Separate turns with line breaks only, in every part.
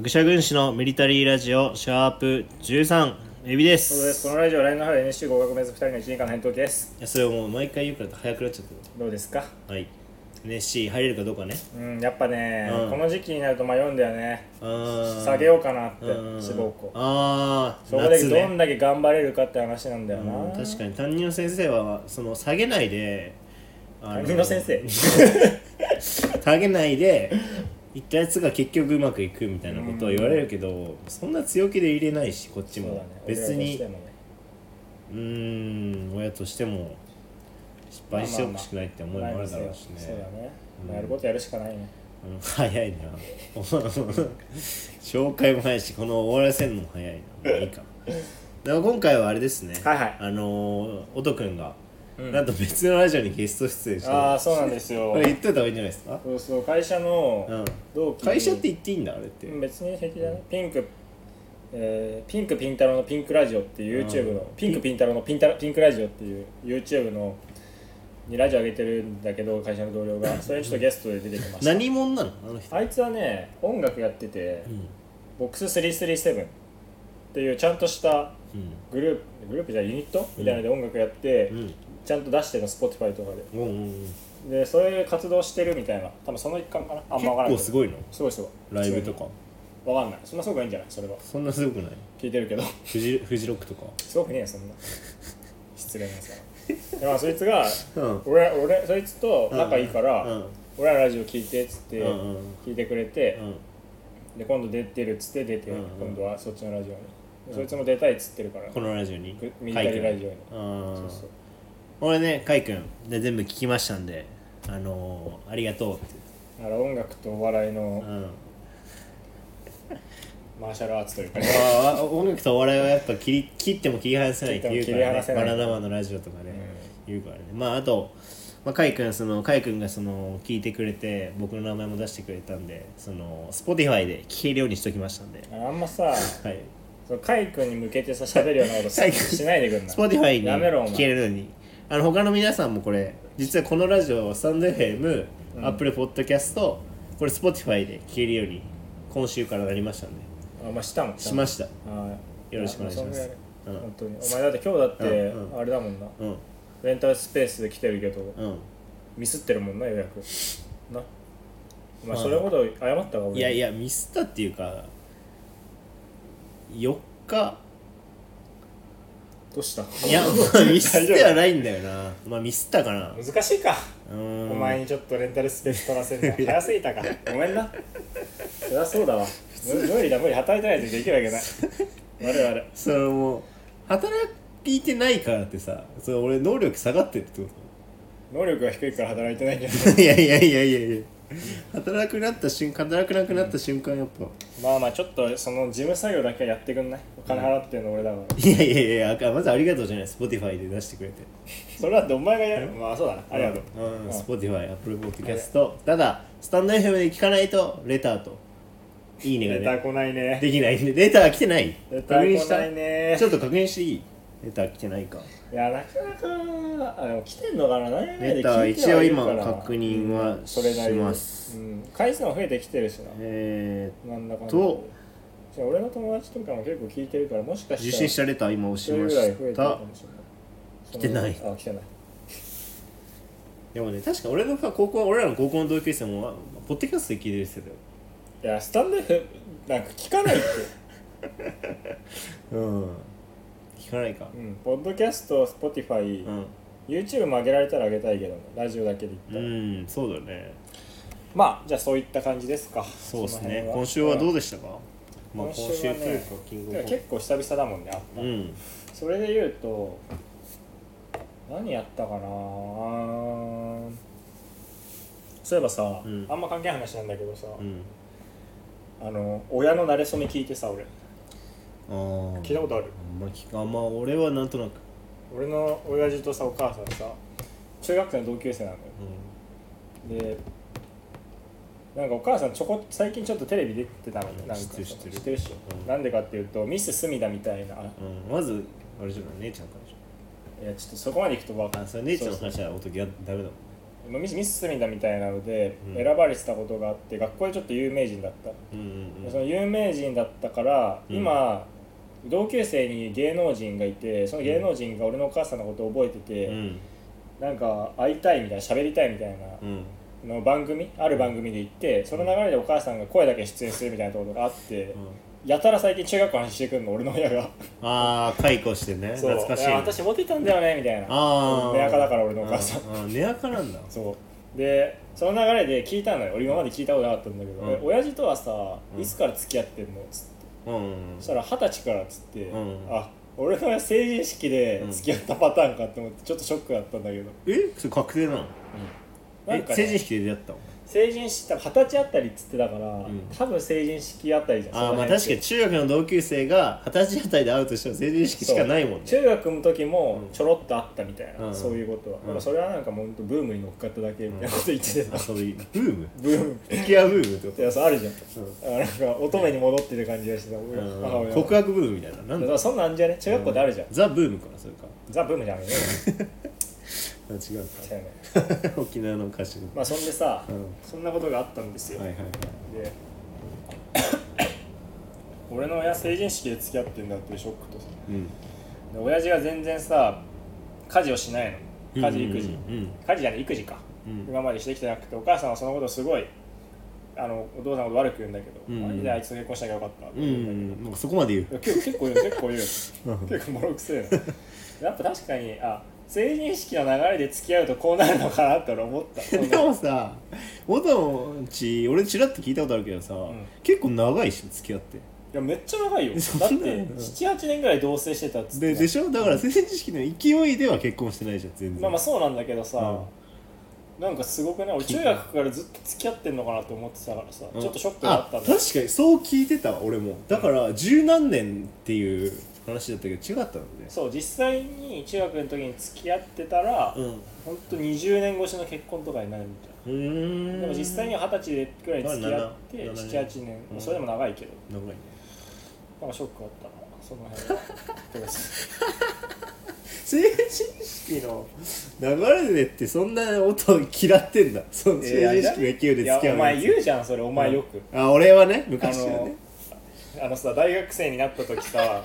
愚者軍師のミリタリーラジオシャープ13エビで
ということです。
す
このラジオは来年の春 NSC 合格目指す2人の1年間の返答です。
いやそれをもう毎回言うから早くなっちゃっ
どうですか
たはい NSC 入れるかどうかね
うん、やっぱね、
うん
この時期になると迷うんだよね。
下
下げようかなって、
うん
志望校。
ああ
そこで
夏
どん
ね
だけ頑張れるかって話なんだよな。
うん確かに担任の先生はその下げないであ
担任の先生
下げないで行ったやつが結局うまくいくみたいなことを言われるけどそんな強気で入れないしこっち
そう
も、
だね。
別
俺らとし
に
てもね
うーん親としても失敗してほしくないって思いもあるだろうしね,、
そうだね。
うん
やることやるしかないね。
うん早いな 紹介も早いしこの終わらせるのも早いなまあいいかだから今回はあれですね
はいはい
あのー、音くんが、
うん
なんと別のラジオにゲスト出演して
あ
こ
あ、そうなんですよ。
れ言ってた方がいいんじゃないですか
そうそう、会社の同期に、
会社って言っていいんだあれって、
うん別に平気だね。ピンク、えーピンクピン太郎のピンクラジオっていう YouTube の、
うん
ピンクピン太郎のピンタピンクラジオっていう YouTube のにラジオ上げてるんだけど会社の同僚がそれにちょっとゲストで出てきました
何者なのあの人、
あいつはね音楽やってて、
うん
ボックス337っていうちゃんとしたグループグループじゃないユニットみたいなので音楽やって、
うんうん
ちゃんと出してるの Spotify とかで
うんうんうん
でそういう活動してるみたいな多分その一環かなあん
結
ま分からない
構すごいの
すごいすごい
ライブとか
分かんないそんなすごくないんじゃないそれは
そんなすごくない
聞いてるけど
フジフジロックとか
すごくねえよそんな失礼なんですからでまあそいつが
うん
俺俺そいつと仲いいから、
うん
俺らラジオ聞いてっつって
うんうんうん
聞いてくれて、
うん
で今度出てるっつって出て、
うんうん
今度はそっちのラジオに、そいつも出たいっつってるから
このラジオに
くミリタリーラジオに
カイ君
そ
うん
うそう
俺ねカイ君で全部聞きましたんであのー、ありがとうって
だから音楽とお笑いの
うん
マーシャルアーツというか、ね、
ああ音楽とお笑いはやっぱ切り切っても切り離せないっていうから
切っても切り離
ね
せな
バ
い
ナナマンのラジオとかね、言うからねまああと、まあ、カイ君そのカイ君がその聞いてくれて僕の名前も出してくれたんでその Spotify で聴けるようにしときましたんで
あんまさ
はい
そのカイ君に向けてさ喋るようなこ と
カ
さ
イ君
しないでくんな
Spotify に
やめろお前
聴けるようにあの他の皆さんもこれ実はこのラジオスタンド FM、
うん
アップルポッドキャストこれ Spotify で聴けるように今週からなりましたんで
あお前したもん
しました
はい
よろしくお願いします
やそんぐ
う
らい
ん
本当にお前だって今日だって
うんう
あれだもんな
うん
レンタルスペースで来てるけど
うん
ミスってるもんな予約なお
ま
前
あ
それほど謝ったか俺
いやいやミスったっていうか4日
どうした
い や、まあ、ミスってはないんだよなまあミスったかなう
難しいか
ーん
お前にちょっとレンタルスペース取らせるの早すぎたかごめんなそりゃそうだわ無理だ無理働いてないとできるわけない我々
そのもう働いてないからってさそれ俺能力下がってるってこ
能力が低いから働いてないけど
と いやいやいやいやいや働くなった瞬間働くなくなった瞬間やっぱ
まあまあちょっとその事務作業だけはやってくんないお金払ってるの俺だから
いやいやいやあまずありがとうじゃない Spotify で出してくれて
それだってお前がやるまあそうだなありがと
う
う
ん、
うん
Spotify、Apple Podcast ただスタンド FM で聞かないとレターといいねが
レ
ね
ター来ないね
できないんで、レター来てない
レター来
確
ない
認
ね
したちょっと確認していいレター来てないか。
いやなかなかあでも来てんのかな何
レター一応今確
認
認はします。
うん、回数も増えてきてるしな、
え
なんだかんだ
と
じゃあ俺の友達とかも結構聞いてるからもしか
ー、
したら
受信したレター今押し
それ
ま
ぐらい増え
して
るか
た
も。しれない
来てない
そのあ来てない
でもね、確か俺のさ高校、俺らの高校の同級生も、あポッドキャストで聞いてる人だよ。
いやスタンド F なんか聞か ないって
うん。聞かないか
う。んポッドキャスト Spotify、
うん。
YouTube も上げられたら上げたいけどねラジオだけで言ったら、
うん、そうだね。
まあじゃあそういった感じですか
そうです
の辺
ね。今週はど
う
うでしたかまあ今
今週
週と
はね
いうか、キングオブコン
結構久々だもんねあった
ト。
の
うん。
それで言うと何やったかなそういえばさ、
うん
あんま関係ない話なんだけどさ、
うん。
あの親の馴れ初め聞いてさ俺
あー
聞いたことある
あんま聞かあんま俺はなんとなく。
俺の親父とさお母さんさ中学生の同級生なのよ
うん
でなんかお母さんちょこ最近ちょっとテレビ出てたのよ
うん
なんか
知ってる
その
知ってる
っしょ、
うん
なんでかっていうとミス・スミダみたいな
うん、まずあれじゃない姉ちゃんからでしょ
いやちょっとそこまでいくと分かん
あそれ姉ちゃんの
そう
話はおときはダメだもんね
そうまあミスミス・スミダみたいなので
うん
選ばれてたことがあって、学校でちょっと有名人だった、
うんうんうん
その有名人だったから、
うん
今同級生に芸能人がいてその芸能人が俺のお母さんのことを覚えてて、
うん
なんか会いたいみたいな喋りたいみたいな
うん
の番組ある番組で行ってその流れでお母さんが声だけ出演するみたいなところがあって、やたら最近中学校の話してくるの俺の親が
ああ解雇してね
そう
懐かしい
いや私モテたんだよねみたいな
ああ
寝垢だから俺のお母さん
ん寝垢なんだ
そうでその流れで聞いたのよ俺今まで聞いたことなかったんだけど、
うん
え親父とはさ
うん
いつから付き合ってんのっつって
うんうん
そしたら二十歳からっつって、
うん
あ俺の成人式で付き合ったパターンかって思ってちょっとショックだったんだけど、
えそれ確定なの
なん
え
か、ね、
成人式で出会ったの
成人式多分二十歳あたりっつってたから、
ん
多分成人式あたりじゃん
ああ
その
まあ
辺
確かに中学の同級生が二十歳あたりで会うとしても成人式しかないもんね
中学の時も
うん
ちょろっとあったみたいな、
うん
そういうことは、
うん
でもそれはなんかもうほんとブームに乗っかっただけみたいなこと言ってた、
あそういうブーム
ブーム
付き合うブームってこ
い
と
やそうあるじゃん
うん
あなんか乙女に戻ってる感じがしてた俺
うん
母親
告白ブームみたいななん
だ
だ
からそんなんあんじゃね中学校であるじゃん、
ザ・ブームかなそれか
ザ・ブームじゃんね
あ違う
そうやね
か 沖縄の歌手
まあそんでさ、
うん
そんなことがあったんですよ、
はいはいはい
で 俺の親成人式で付き合ってんだっていうショックとさ
うん
で親父が全然さ家事をしないの家事育児、
うん
家事じゃない育児か、
うん
今までしてきてなくてお母さんはそのことをすごいあのお父さんのこと悪く言うんだけど、
うん
あいいねあいつと結婚しなきゃよかったって
うんう
言うん
ん
だけど、
うんなんかそこまで言う
いや結構結構言う結構言う結
うん
構もろくせえなやっぱ確かにあ成人式の流れで付き合うとこうなるのかなって俺思った そん
で
な
もさ元のうち俺ちらっと聞いたことあるけどさ、
ん
結構長いし付き合って
いやめっちゃ長いよだって
そんなの
78年ぐらい同棲してたっつって
ででしょだから成人式の勢いでは結婚してないじゃん全然
まあまあそうなんだけどさ、
うん
なんかすごくね俺中学からずっと付き合ってんのかなと思ってたからさ、
うん
ちょっとショックだった
あ
んだ
確かにそう聞いてたわ俺もだから十何年っていう話だったけど違ったのね
そう実際に中学の時に付き合ってたら、
うんう
ほんと20年越しの結婚とかになるみた
ー
い
ん
なでも実際には二十歳ぐらい付き合って
まあ七
78年、
うん
まあそれでも長いけど
長いね
なんかショックだったなその辺は てか
成人式の流れでってそんな音嫌ってんだその成人式の勢いで付
い
き合
や
う
お前
う
言うじゃんそれお前よく、
あ俺はね
あ
昔は
の
ね
あのさ大学生になった 時さ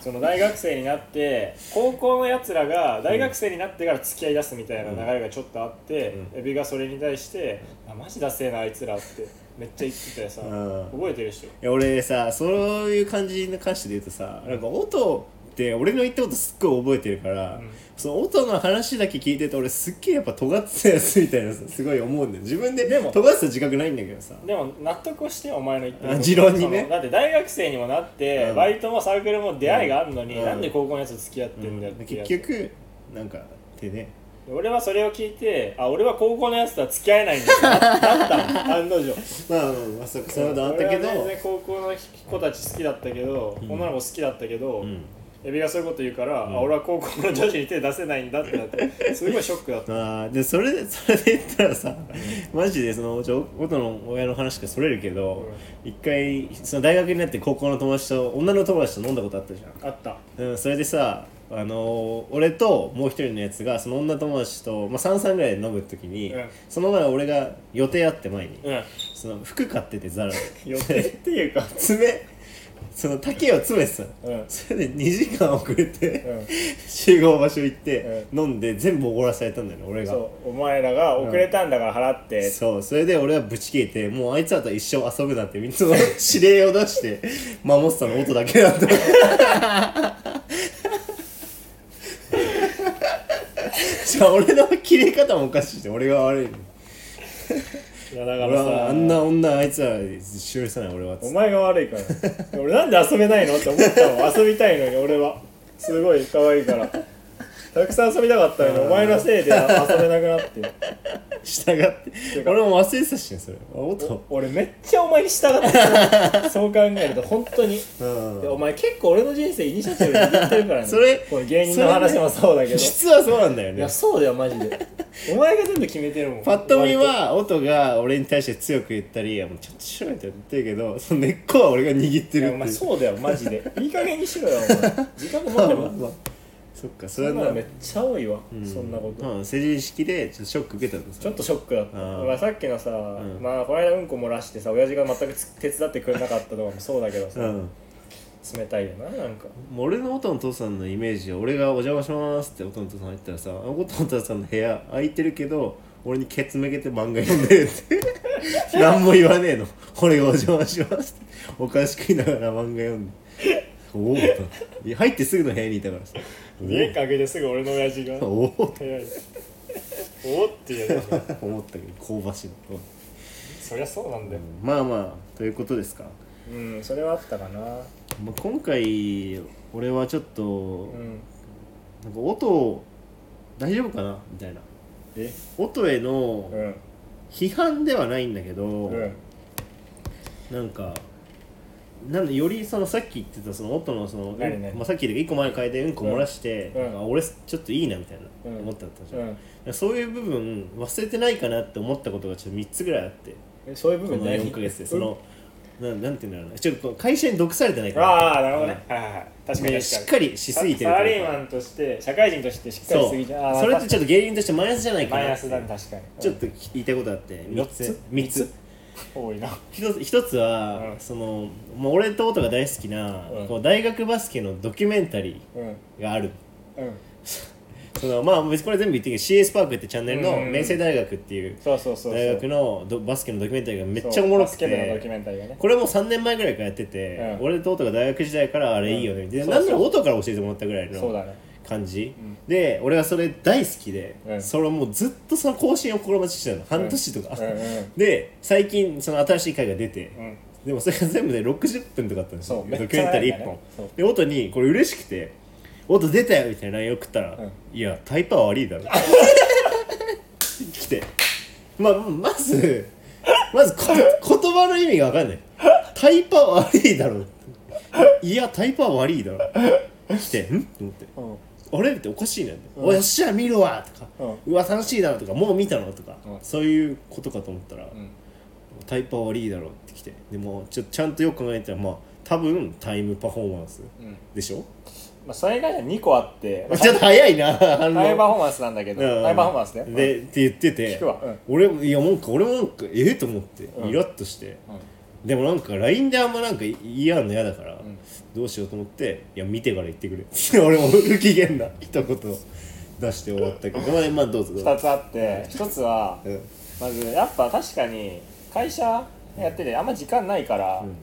その大学生になって高校のやつらが大学生になってから付き合い出すみたいな流れがちょっとあって、
う
エビがそれに対して「あマジダセえなあいつら」ってめっちゃ言ってたよさ
うん
覚えてるでしょ
いや俺さそういう感じの歌詞で言うとさなんか音って俺の言ったことすっごい覚えてるから、
うん
その音の話だけ聞いてて俺すっげえやっぱ尖ってたやつみたいなさすごい思うんだよ自分で
でも
尖ってた自覚ないんだけどさ
でも納得をしてお前の言ってるこ
あ
と
持論にね
そのだって大学生にもなって、
うん
バイトもサークルも出会いがあるのに、
うん
なんで高校のやつと付き合ってんだよっ
うん
てやつ、
結局なんかってね
俺はそれを聞いてあ俺は高校のやつとは付き合えないんだよなった の案の定
まあまあまあそそのことあったけど、
俺は全然高校の子たち好きだったけど、
うん
女の子好きだったけど、
うん、
エビがそういうこと言うから、
ん
あ俺は高校の女子に手出せないんだってな ってすごいショックだった
あーでそれでそれで言ったらさマジでそのちょ元の親の話がそれるけど、一回その大学になって高校の友達と女の友達と飲んだことあったじゃん
あった
うん、それでさ、あのー俺ともう一人のやつがその女友達と、まあ、33ぐらいで飲む時に、
うん
その前俺が予定あって前に、
うん
その服買っててザラで
予定っていうか
爪その丈を詰めてたの、
うん
それで2時間遅れ
う
て、
ん
集合場所行って、飲んで全部おごらされたんだよね俺が
そうお前らが遅れたんだから払って、
そうそれで俺はぶち切れてもうあいつらとは一生遊ぶなってみんなその 指令を出して守ってたの音だけだ ったじゃあ俺の切れ方もおかしいし俺が悪いの
いやだか
俺
ら
は
さ
あんな女あいつら許さない俺はっつ
お
って
前が悪いから 俺なんで遊べないのって思ったの遊びたいのに俺はすごい可愛い からたくさん遊びたかったのにお前のせいで遊べなくなって
従って俺も忘れてたしねそれ音
俺めっちゃお前に従ってたそう考えると本当に、
うん
でお前結構俺の人生イニシアチブ握ってるからね
それ
この芸人の話もそうだけど、
実はそうなんだよ
いや
ね
そうだよマジでお前が全部決めてるもん
パッと見は音が俺に対して強く言ったりいや「もうちょっとしろよ」って言ってるけどその根っこは俺が握って
割
るっ
とい
てい
や
う
お前そうだよマジでいい加減にしろよお前時間も持って
まあまあ
も
まあそっかそ
そ
れ
んな
は
のめっちゃ多いわ、
うん
そんなこと、
うん成人式でちょっとショック受けたのさ
ちょっとショックだった
あー
俺さっきのさ、
ん
まあこの間うんこ漏らしてさ親父が全くつ手伝ってくれなかったのもそうだけどさ、
うん
冷たいよななんか
もう俺の音の父さんのイメージは俺が「お邪魔します」って音の父さん入ったらさ音の父さんの部屋空いてるけど俺にケツ向けて漫画読んでるって 何も言わねえの俺が「お邪魔します」っておかしく言いながら漫画読んでおおと入ってすぐの部屋にいたからさ
家かけてすぐ俺の親父が
おおと
早いおおって言うね
思ったけど香ばしいの、
そりゃそうなんだよ
うんまあまあということですか、
うんそれはあったかな
まあ、今回俺はちょっと、
うん
なんか音大丈夫かなみたいな
え
音への、
うん
批判ではないんだけど、
うん
なんかなんでよりそのさっき言ってたその音のその、うん
何々
まあ、さっきで1個前に変えてうんこ漏らして、
うん
あ俺ちょっといいなみたいな
うん
思ったったじゃ、
うんん
そういう部分忘れてないかなって思ったことがちょっと3つぐらいあって
えそういう部
この
分何
4ヶ月でその、なんなんていうんだろうなちょっとこう会社に毒されてないから
ああなるほどねはいはいはい確かに確か
でし
に
っかりしすぎて
サ
る
サ
から
ラリーマンとして社会人としてしっかりし
そ
すぎちゃ
う
あー
それってちょっと芸人としてマイナスじゃないか
マイ
な
ナ
っ
ス
て
だね確かに
ちょっと言いたいことあって3つ3つ
多いな
一つ一つは、
うん
そのもう俺と音が大好きな、
うん
こう大学バスケのドキュメンタリ
うんうん
ーがある
うん
そのまあ別にこれ全部言ってるけど CS パークってチャンネル
う
の
んうんうん
明星大学っていう
そうそうそうそう
大学のどバスケのドキュメンタリーがめっちゃおもろく
そうバスケ部のドキュ
て
メンタリーがね
これも3年前ぐらいからやってて、
うん
俺と音が大学時代からあれいいよね、
うん
で
そうそう
なんなら音から教えてもらったぐらい
そう
の
だね
感じ、
ん
で俺はそれ大好きで、
うん
それをもうずっとその更新を心待ちしてたの半年とか、
うんうん
で最近その新しい回が出て、
うん
でもそれが全部で60分とかあったんです
そ
よ
う
ド
めっ
キ
ち
ュメ
ゃ
ンタ
長
リ
い
ー
ん
1
だ
本
ねそう
で音にこれ嬉しくて「音出たよ」みたいな LINE 送ったら「
うん
いやタイパは悪いだろ」 来てまあまずまずこと言葉の意味が分かんないタイパは悪いだろいやタイパは悪いだろ来て「ん?」と思って
うん
あれっておかしいなって「およっしゃ見るわ」とか「
う
うわ楽しいだろ」とか「もう見たの?」とか
うん
そういうことかと思ったら
うん
タイパ悪いだろうってきてでもちょちゃんとよく考えたらまあ多分タイムパフォーマンス
うん
でしょ、
まあそれ以外には2個あって
ちょっと早いな反応
タイパフォーマンスなんだけど
うん
タイパフォーマンスね
でって言ってて
聞くわうん
俺もいやなんか俺もなんかええと思って
うん
イラッとして、
うん
でもなんか LINE であんまなんか言い合うの嫌だから、
ん
どうしようと思って「いや見てから言ってくれ」 俺も不機嫌な一言出して終わったけどまあまあどうぞどう
2
ぞ、
つあって1つは
うん
まずやっぱ確かに会社やっててあんま時間ないから、
うん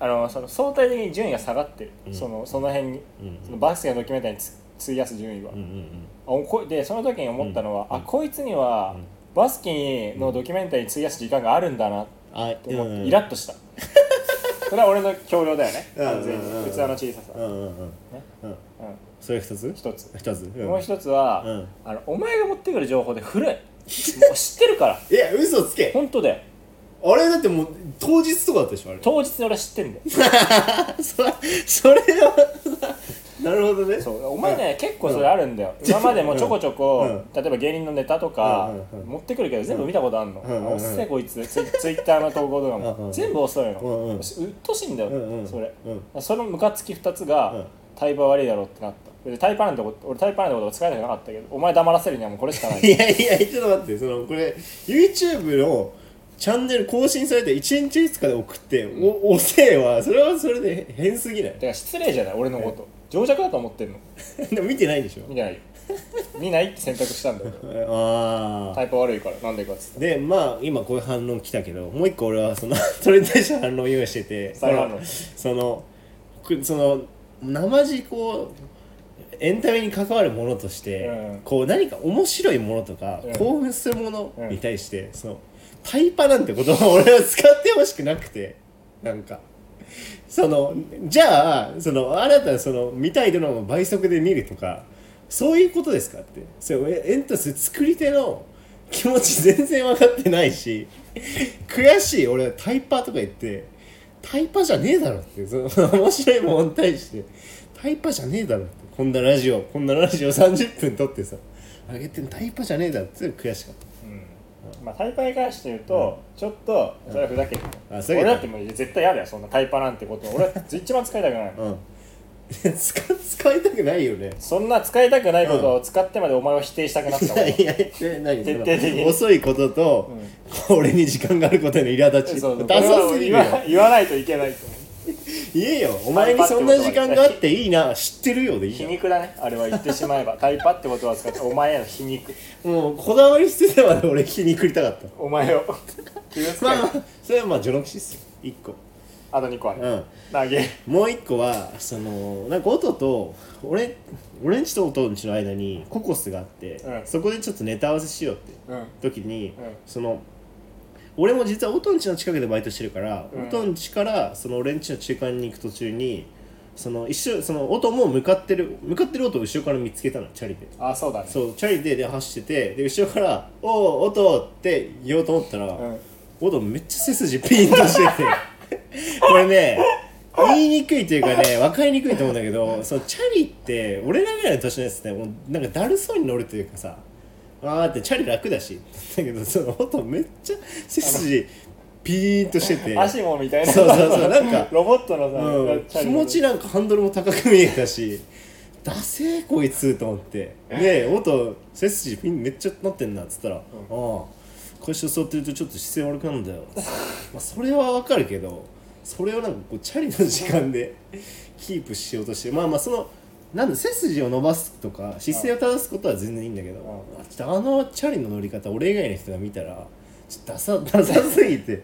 あのその相対的に順位が下がってる、
うん
そのその辺に、
うん
そのバスケのドキュメンタリーにつ費やす順位は
うんう、ん
あこでその時に思ったのは、
うん
あこいつには、
うん
バスケのドキュメンタリーに費やす時間があるんだな
あ
と思って、
うん
イラッと したそれは俺の強量だよね
うん
完全に
うん
器の小ささ、
うんうんうん
ね
うん
うん
それ二つ
一つ
二つ、うん
もう一つは、
うん
あのお前が持ってくる情報で古いもう知ってるから
いや嘘つけ
本当だよ
あれだってもう当日とかだったでしょあ れ
当日に俺は知ってんだよ
そそれは なるほどね
そうお前ね、結構それあるんだよ、今までもちょこちょこ、例えば芸人のネタとか
うんうんうん
持ってくるけど全部見たことあんの、
うんうんうん
おっせえこいつツイツイッターの投稿とか
うんう
も
ん
全部遅いの、
うんうん
うっとうしいんだよ、
うんうん
それ、
うん
そのムカつき2つ
うん
が、タイパ悪いだろうってなったでタイパなんてこと俺タイパなんてことが使えたくなかったけどお前黙らせるにはもうこれしか ない
いやいやちょっと待ってそのこれ YouTube のチャンネル更新されて1日5日で送って、おおせえはそれはそれで変すぎない
だから失礼じゃない俺のこと情弱だと思ってんの
でも見てないでしょ
見ないよ見ないって選択したんだよ俺
あ
タ
あ
イパ悪いからなんでかっつって
でまあ今こういう反論来たけどもう一個俺はその それに対して反論用意してて
再反論
そのくその生地こうエンタメに関わるものとして、
うん
こう何か面白いものとか、
うん
興奮するもの
うん
に対して、そのタイパなんて言葉を俺は使ってほしくなくてなんかそのじゃあそのあなたその見たいドラマを倍速で見るとかそういうことですかってそれエントス作り手の 気持ち全然分かってないし悔しい俺はタイパとか言ってタイパじゃねえだろってその面白いもんに対してタイパじゃねえだろってこんなラジオこんなラジオ30分撮ってさ上げてんのタイパじゃねえだろって悔しかった
まあ、タイパに関して言うと、ちょっとそれはふざけてる、
あふざけてる
俺だってもう絶対嫌だよそんなタイパなんてこと俺は一番使いたくない、
うん使使いたくないよね
そんな使いたくないことを使ってまでお前を否定したくなっ た
い
もん
やいやえ何
徹底的に
その遅いことと、俺に時間があることへの苛立
そう
ち
そう
ダサすぎるよ
これは言わ言わないといけないと思う
言えよお前にそんな時間があっていいな知ってるよでいい
皮
よ
肉だねあれは言ってし まえばタイパってことは使ってお前への皮肉
もうこだわり捨ててまで俺皮肉りたかった
お 前を傷つけ
ま
ない
あそれはまあ序の口っすよ1個
あと2個ある
うん
投げ
もう一個はそのなんか音と俺俺んちと音んちの間にココスがあって、
うん
そこでちょっとネタ合わせしようって
うん
時に、
ん
その俺も実は音んちの近くでバイトしてるから、
うん
音んちからその俺んちの中間に行く途中にその一緒その音も向かってる向かってる音を後ろから見つけたのチャリで。
あそうだね
そうチャリでで走っててで後ろから「おお音」って言おうと思ったら、
うん
音めっちゃ背筋ピンとして てこれね言いにくいというかね分かりにくいと思うんだけどそのチャリって俺らぐらいの年のやつねもうなんかだるそうに乗るというかさあーってチャリ楽だしだけどその音めっちゃ背筋ピーンとしてて
足もみたいな
そうそうそうなんか
ロボットのさ、
うん、
チャ
気
リ
持ちなんかハンドルも高く見えたし 「ダセーこいつ」と思ってで音背筋ピンめっちゃなってんなっつったら「ああ会社座ってるとちょっと姿勢悪くなるんだよ」まあそれはわかるけどそれをなんかこうチャリの時間で キープしようとしてまあまあそのなんだ背筋を伸ばすとか姿勢を正すことは全然いいんだけど
う
ちょっとあのチャリの乗り方俺以外の人が見たらちょっとダサダサすぎて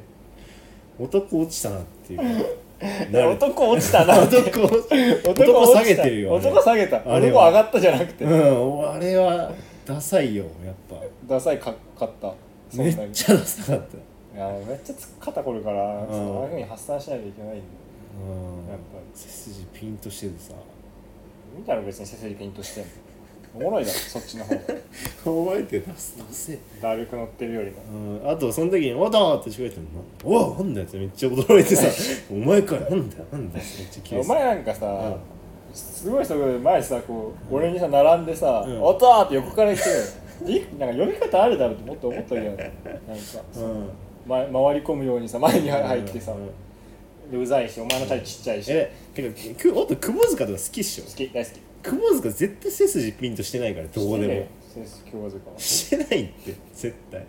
男落ちたなっていう なる
男落ちたな
男男
落ちた
下げてるよ、ね、
男下げた
あれ
男
は
上がったじゃなくて、
うんあれはダサいよやっぱ
ダサいかかったそん
め
な
っ
に
ちゃダサかった
いやめっちゃつ肩こるから、
うん
そのああいうふうに発散しないといけないんだよ
うん
やっぱり
背筋ピンとしててさ
見たら別に背筋ピンとしてんのおもろいだろそっち の方が
覚えてダサダセ
だるく乗ってるよりも
うん、あとその時に「おだ!」って聞こえて「おおなんだよ」ってめっちゃ驚いてさ「お前かよなんだよなんだよ」めっちゃ切れ
お
てた
前なんかさ、
うん
すごい人が前さこう、俺にさ並んでさ「
うん
おた!」って横から言っていなんか呼び方あるだろうともっと思っとるよねなんか、
うん
ま、回り込むようにさ前に入ってさ、
うん
でうざいしお前のチャリちっちゃいし
えけどくあと窪塚とか好きっしょ
好き大好き
窪塚絶対背筋ピンとしてないからどこでも
先生今日わずかは
してないって絶対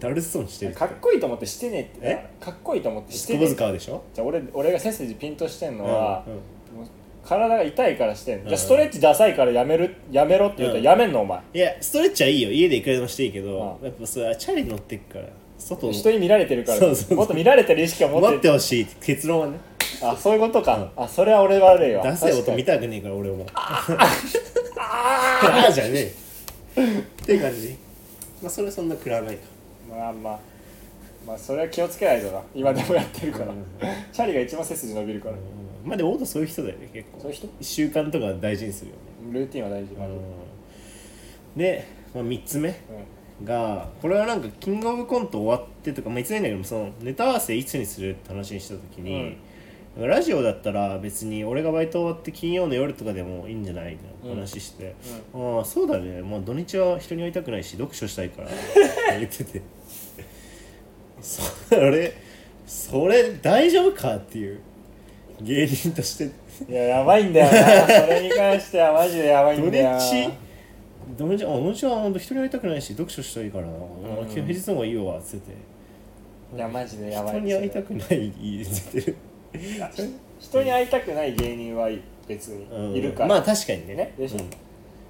だるそうにしてる
かっこいいと思ってしてねえって
え
かっこいいと思ってしてね
窪
え
塚はでしょ
じゃあ俺俺が背筋ピンとしてんのは、
うんうん
もう体が痛いからしてんの、
うん
じゃあストレッチダサいからやめるやめろって言ったらやめんのお前、
いやストレッチはいいよ家でいくらでもしていいけど
うん
やっぱそれはチャリ乗ってくから外の
人に見られてるから
そうそうそう
もっと見られてる意識を持って
待ってほしいって結論はね
あそういうことか、あそれは俺悪いわ
ダサい音見
た
たくねえから俺もああ じゃねえよっていう感じまあそれはそんな食らわないか
まあまあまあそれは気をつけないとな今でもやってるから、チャリが一番背筋伸びるから、
うんまあでもオートそういう人だよね結構
そういう人
習慣とか大事にするよね
ルーティンは大事、
うんで、まあ、3つ目
うん
がこれはなんかキングオブコント終わってとか、まあ、いつでもいいんだけどそのネタ合わせいつにするって話にした時に、ラジオだったら別に俺がバイト終わって金曜の夜とかでもいいんじゃないみたいな話して、ああそうだね、まあ、土日は人に会いたくないし読書したいから言っててそれそれ大丈夫かっていう芸人として
いややばいんだ よなそれに関してはマジでやばい
土
んだよ
日土日あ土日は本当人に会いたくないし読書したいから、あ平日の方がいいわっつってて。
いやマジでやばい
人に会いたくない言ってる、
人に会いたくない芸人はいい別
うん
にいるから、
まあ確かにね
ねでしょ
うん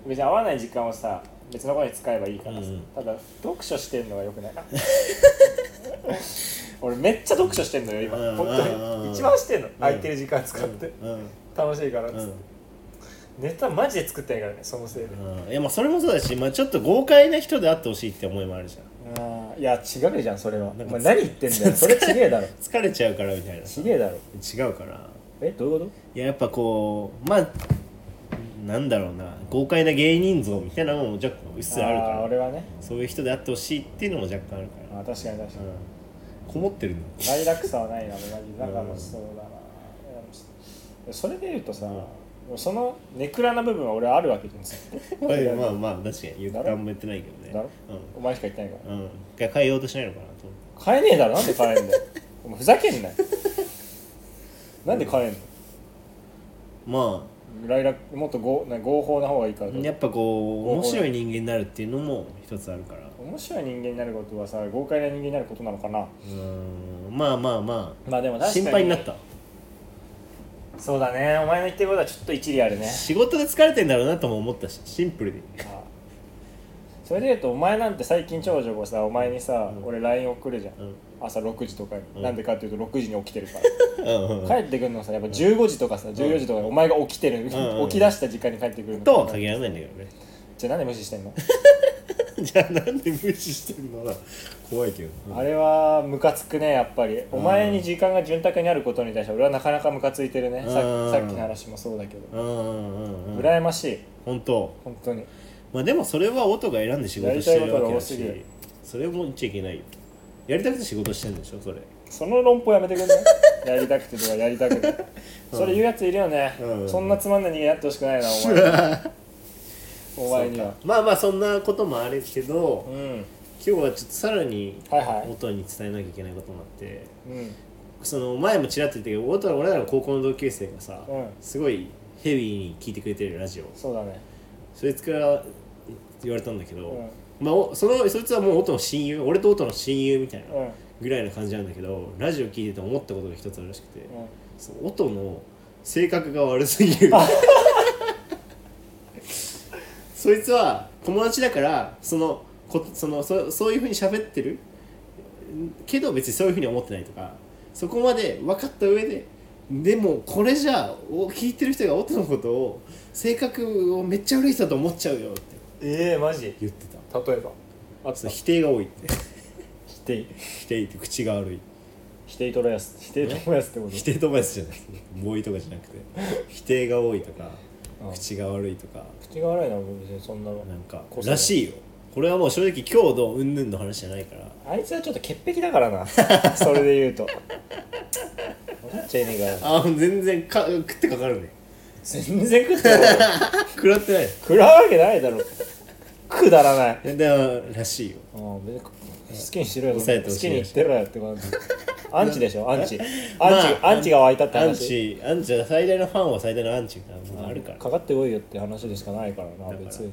別に会わない時間をさ別のことに使えばいいからさ、
うんうん
ただ読書してんのがよくない 俺めっちゃ読書してんのよ今
うん
本
うん
当
うん
に一番してんの、空いてる時間使って、
うん
楽しいからっつって、
うん
ネタマジで作ってないからねそのせいで、
うんいやまあそれもそうだし、まあ、ちょっと豪快な人であってほしいって思いもあるじゃん
あーいや違うじゃんそれはお
なん
前
か
何言ってんだよそれちげえ だろ
疲れちゃうからみたいな
ちげえだろ
違うから
えどういうこ
いややっぱこうまあなんだろうな豪快な芸人像みたいなのも若干うっす
と
らあるか
ー
ら
俺はね
そういう人であってほしいっていうのも若干あるか、
あー確かに確からに、
うん、こもってるの
快楽さはないなマジだから
うん
そうだな、それで言うとさ、そのネクラな部分は俺あるわけじゃん ずっと
まあまあまあ確かに言ったあんま言ってないけどね
だろお前しか言ってないか
うん、うん、一回変えようとしないのかなと思って
ら買えねえだろなんで買えんだよお前ふざけんなよなんで買えんの
まあ
ライラもっとごな合法な方がいいからと
やっぱこう面白い人間になるっていうのも一つあるから
面白い人間になることはさ豪快な人間になることなのかな
うーんまあまあま
まあでも
あ
確かに
心配になった
そうだねお前の言ってることはちょっと一理あるね
仕事で疲れてんだろうなとも思ったしシンプルに
あそれで言うとお前なんて最近長女がさお前にさ、
うん
俺 LINE 送るじゃん、
うん
朝6時とかに、
うん
なんでかっていうと6時に起きてるか
うんうん
ら、帰ってくるのさやっぱ15時とかさ、14時とかにお前が起きてる、
ん
起き出した時間に帰ってくるの
とは限らないんだけどね
じゃあなんで無視してんの、
じゃあなんで無視してるのだ怖いけどうん
あれはムカつくねやっぱりお前に時間が潤沢にあることに対して俺はなかなかムカついてるね、さ
うん
さっきの話もそうだけど、
うんうんうん
羨ましい
本当
本当に
まあでもそれは音が選んで仕事してるわけだ
やりたいことが多すぎ
し
る
それも言っちゃいけないよやりたくて仕事してんでしょそれ
その論法やめてくんね やりたくてとかやりたくてそれ言うやついるよね、
うん
そんなつまんない人間やってほしくないなお前 お前には
そうかまあまあそんなこともあるけど、
うん
今日はちょっとさらに
はいは
音に伝えなきゃいけないことになって
いうん
その前もちらっと言ったけど音は俺らの高校の同級生がさ、
うん
すごいヘビーに聞いてくれてるラジオ
そうだね
そいつから言われたんだけど、
うん
まあ、おそのそいつはもう音の親友俺と音の親友みたいな
うん
ぐらいな感じなんだけどラジオ聞いてて思ったことが一つあるらしくて、
うん
その音の性格が悪すぎ るそいつは友達だからそのこそのそそういうふうに喋ってるけど別にそういうふうに思ってないとかそこまで分かった上ででもこれじゃあお聞いてる人が音のことを性格をめっちゃ悪い人だと思っちゃうよって
ええマジ
言ってた
例えばあ
そ
と
の否定が多いって
否定
否定って口が悪い
否定トライアス否定トライアスってこと
否定とばやつじゃないボーイとかじゃなくて否定が多いとか
うん
口が悪いとか
口が悪いな俺別にそんなの
なんから
こそ
らしいよこれはもう正直強度うんぬんの話じゃないから
あいつはちょっと潔癖だから なそれで言う と思っちゃいねえから
ああ全然か食ってかかるね
全然食ってない
食らってない
食らうわけないだろくだらない
ででらしいよ
うん別に好きにしろよ好き
抑えてほしい
に言ってろよって感じアンチでし ょアンチアンチ、
まあ
アンチが湧いたって
ア
話
ンチアンチは最大のファンは最大のアンチみたいなものがあるから
かかってこいよって話でしかないから
か
な
ら
別に、うん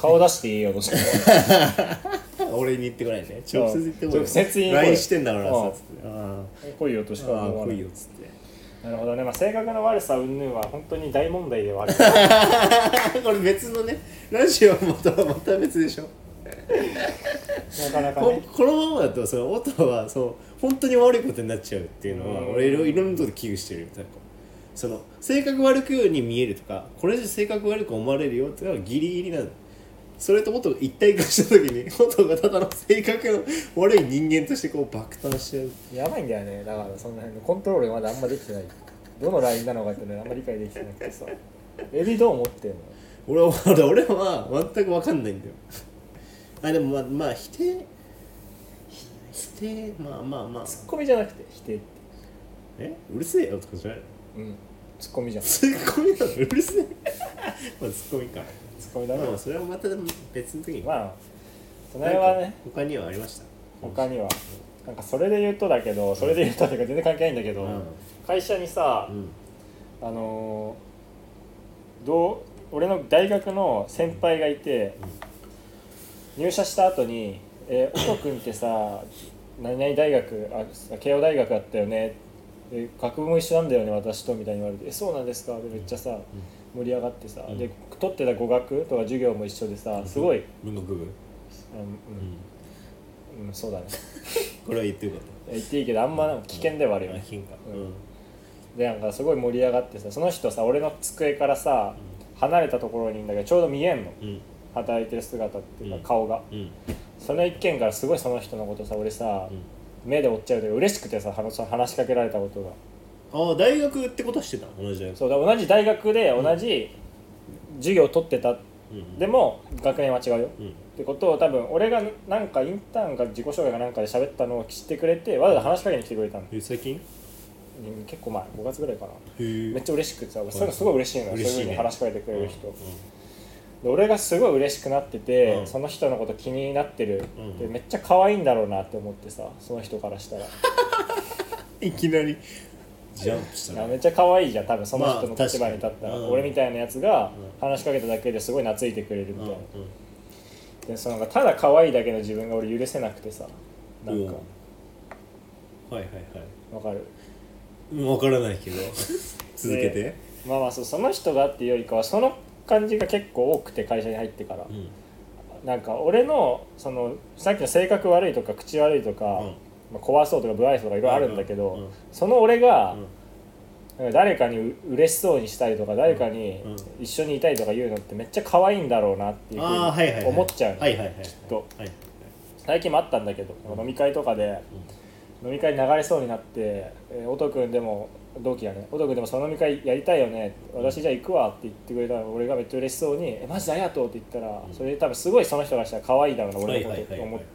顔出していいよ として
俺に言ってこないね直接言ってこいよ
直接言いに来い
LINE してんだから
うん
さつってあ
来いよとし
ー
か
あ
思
ー
わな
来
い
いよっつって
なるほどね、まあ、性格の悪さ云々は本当に大問題ではある
これ別のねラジオはまたまた別でしょ
なかなか
こ
ね
このままだとその音はその本当に悪いことになっちゃうっていうのは
うん
俺いろいろんなことで危惧してるよなんかその性格悪くように見えるとかこれじゃ性格悪く思われるよっていうのはギリギリなのそれと音が一体化した時に 音がただの性格の悪い人間としてこう爆誕しちゃう
やばいんだよねだからその辺のコントロールがまだあんまできてないどのラインなのかっていうのがあんまり理解できてなくてさエビどう思ってんの
俺は俺俺は全く分かんないんだよあでもまあまあ否定否定まあまあまあ
ツッコミじゃなくて否定って
えうるせえよとかじゃないの
うんツッコミじゃんツ
ツッコミなのうるせえまあツッコミか
ッコミだろ
まあそれはまた別の時に、
まあその辺はね
他にはありました
他にはなんかそれで言うとだけどそれで言うとだけど全然関係ないんだけど、
うん
会社にさ
う、ん
あのーどう俺の大学の先輩がいて、入社した後に「えー、音くんってさ何々大学あ慶応大学だったよね」で学部も一緒なんだよね私と」みたいに言われて「えそうなんですか」でめっちゃさ、盛り上がってさ、
ん
で取ってた語学とか授業も一緒でさすごい、
文学部、
あのうんうん、そうだね
これは言ってよかっ
言っていいけどあんまなんか危険ではある
た
よね
金か
う
うんん、
でなんかすごい盛り上がってさその人さ俺の机からさ離れたところにいるんだけどちょうど見えんの
うん
働いてる姿っていう
うん
か顔が
うん
その一件からすごいその人のことさ俺さ
うん
目で追っちゃうで嬉しくてさ話話しかけられたことが
ああ大学ってことはしてたの同じ大学
そうだ同じ大学で同じ授業を取ってた
うん
でも学年は違うよ
うん
ってことを多分俺がなんかインターンか自己紹介かなんかで喋ったのを知ってくれてわざわざ話しかけに来てくれたの
え最近へ
うん結構前5月ぐらいかな
え
めっちゃ嬉しくてさ俺それがすごい嬉しいのよ、
嬉
そう
しい
い
ね
うふうに話しかけてくれる人、
うん
で俺がすごい嬉しくなってて、
うん
その人のこと気になってる、
うん
でめっちゃ 可愛いんだろうなって思ってさその人からしたら
いきなりジャンプした
や
ら
めっちゃ可愛いじゃん多分その
まあ
人の立場に立ったら、
確かに
俺みたいなやつが
う
話しかけただけですごい懐いてくれるみ
う
た
ん
いな、
うん
でそのなんかただ可愛いだけの自分が俺許せなくてさなんか
おうはいはいはい
わかる
うんわからない けど続けて、
でまあまあそうその人がっていうよりかはその感じが結構多くて会社に入ってから、
うん
なんか俺のそのさっきの性格悪いとか口悪いとか、
うん
まあ、怖そうとか不愛想とかいろいろあるんだけど、
うんうん
その俺が、
うん
なんか誰かにう嬉しそうにしたりとか誰かに
うん
一緒にいたいとか言うのってめっちゃ可愛いんだろうなっていうふう
ああはいはいは
に
い
思っちゃうの
はいはいはいきっ
と
はいはい
最近もあったんだけど
うん
飲み会とかで飲み会流れそうになって「えー、音くんでも同期やね音くんでもその飲み会やりたいよね私じゃあ行くわ」って言ってくれたら俺がめっちゃ嬉しそうに「えマジでありがとう」って言ったら
うん
それで多分すごいその人がしたら可愛いだろうな
はい
俺の
はい
こ
は
と
い
思
は
っ
い
て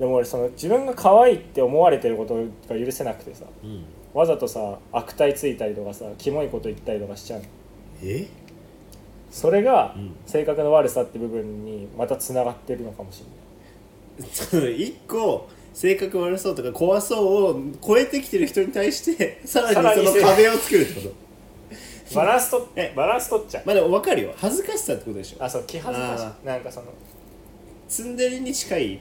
でも俺その自分が可愛いって思われてることが許せなくてさ
うん
わざとさ悪態ついたりとかさキモいこと言ったりとかしちゃうの
え
それが
うん
性格の悪さって部分にまたつながってるのかもしれない
その一個性格悪そうとか怖そうを超えてきてる人に対 してさ
さ
ら
ら
に
に
その壁を作るってこと
バランスと
え
バランス取っちゃう
まあでも分かるよ恥ずかしさってことでしょ
あそう気恥ずか
あ
しいなんかその、
ツンデレに近い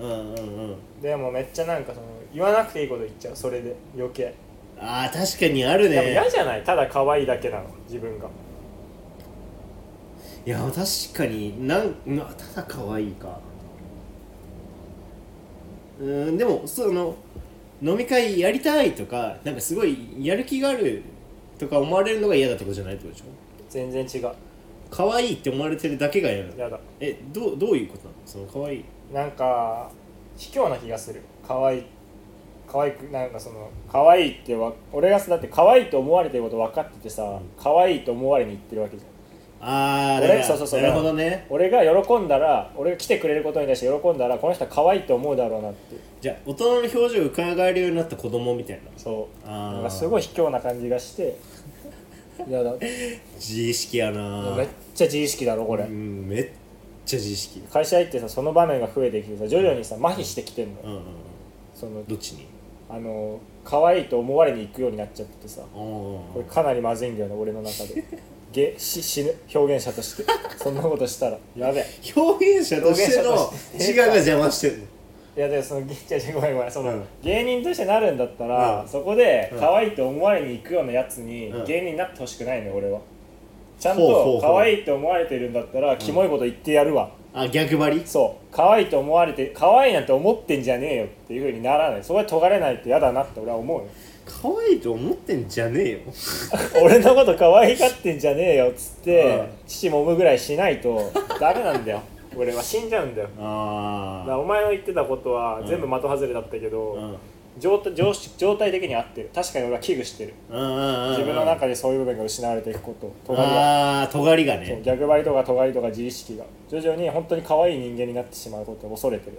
うん
うんうんうん
でもめっちゃなんかその言わなくていいこと言っちゃうそれで余計
あー確かにある
でも
ね
嫌じゃないただ可愛いだけなの自分が
いや確かになんなただ可愛いかうーんでもその飲み会やりたいとかなんかすごいやる気があるとか思われるのが嫌だとかじゃないってことでしょ
全然違う
可愛いって思われてるだけが嫌なの
やだ
えどうどういうことなのその可愛い
なんか卑怯な気がする可愛い可愛くなんかその可愛いってわ俺がさだって可愛いと思われてること分かっててさ、可愛いと思われに行ってるわけじゃん
ああ
俺そうそうそう
なるほどね
俺が喜んだら俺が来てくれることに対して喜んだらこの人は可愛いと思うだろうなって
じゃあ大人の表情を伺えるようになった子供みたいな
そう
あー
なんかすごい卑怯な感じがしてやだ
自意識やな
めっちゃ自意識だろこれ、
うんめっちゃ自意識
会社行ってさその場面が増えてきてさ徐々にさ麻痺してきてんの、
うんうんうん
その
どっちに
あの可愛いと思われに行くようになっちゃっててさ
あ
これ
ー
かなりまずいんだよね俺の中でげし死ぬ表現者としてそんなことしたらやべえ
表現者としての
表現者として
自我が邪魔してるの
いやでそのげちゃちゃごめんごめんその、
うん
芸人としてなるんだったら、
うん
そこで
うん
可愛いと思われに行くようなやつに、
うん
芸人になってほしくないね俺はちゃん
ほうほうほ
と
う
可愛いと思われてるんだったら、キモいこと言ってやるわ
あ逆張り
そう可愛いと思われて可愛いなんて思ってんじゃねえよっていう風にならないそこで尖れないって嫌だなって俺は思うよ
可愛いと思ってんじゃねえよ
俺のこと可愛がってんじゃねえよっつって、
うん
父もむぐらいしな いとダメなんだよ俺は死んじゃうんだよだから
あ
お前の言ってたことは全部的外れだったけど、
あうんうん
状態状状態的に合ってる確かに俺は危惧してる
うんうん
自分の中でそういう部分が失われていくこと尖りが
ああー尖りが
そう
ね
逆張りとか尖りとか自意識が徐々に本当に可愛い人間になってしまうことを恐れてる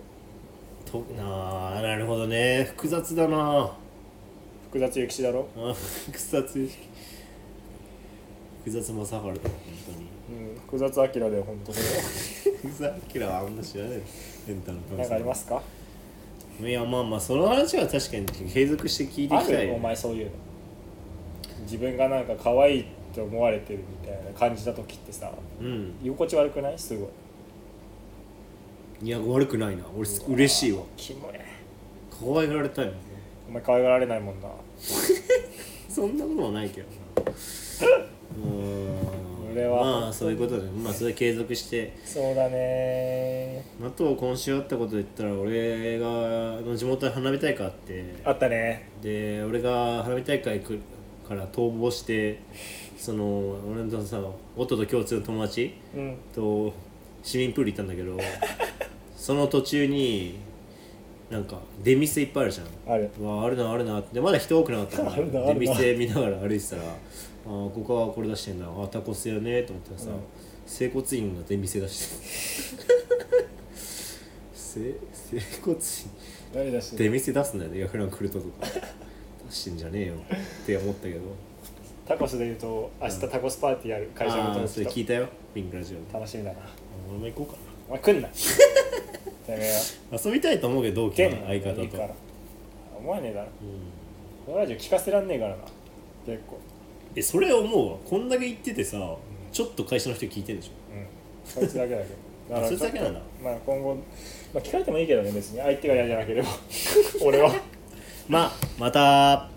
とあーなるほどね複雑だな
複雑ゆきしだろ
あ複雑意識複雑正治だ本当に
うん複雑アキラだよ本当それ
ふざけらはあんま知らないエンタの
なんかありますか
いやまあまあその話は確かに継続して聞いてい
あ
きた
る
い
お前そういうの自分がなんか可愛いって思われてるみたいな感じた時ってさ
うん
居心地悪くないすごい
いや悪くないな俺す嬉しいわ
キモい
可愛がられたいもんね
お前可愛がられないもんな
そんなことはないけど なうーん
俺は
まあそういうことでまあそれ継続して
そうだね
あと今週あったことで言ったら俺があの地元で花火大会あって
あったね
で俺が花火大会くから逃亡してその俺のさ夫と共通の友達
うん
と市民プール行ったんだけ どその途中になんか出店いっぱいあるじゃん
ある
うわあるなあるなってでまだ人多くなかったか
あ
ら
るなあ
出
るな
店見ながら歩いてたらあーここはこれ出してんだあタコスやねと思ったらさ、
うん
整骨院が出店出して るせ整骨院
誰だし
出店出すんだよねヤフランクルトとか出してんじゃねえよって思ったけど
タコスで言うと明日タコスパーティーやる会社の
あー
友
それ
達
聞
と
いたよピンクラジオで
楽しみだな
俺も行こうかな
お前来 んなやめよう
遊びたいと思うけど同期
ゲ
の
ーム
相方
いいから
と
思わねえだろ
うん
このラジオ聞かせらんねえからな結構
えそれ思うわこんだけ言っててさ、ちょっと会社の人聞いてるでし
うんそいつだけだけどだから
そいつだけなんだ
まあ今後、 まあ、聞かれてもいいけどね別に相手が嫌じゃなければ俺は
ょまあまた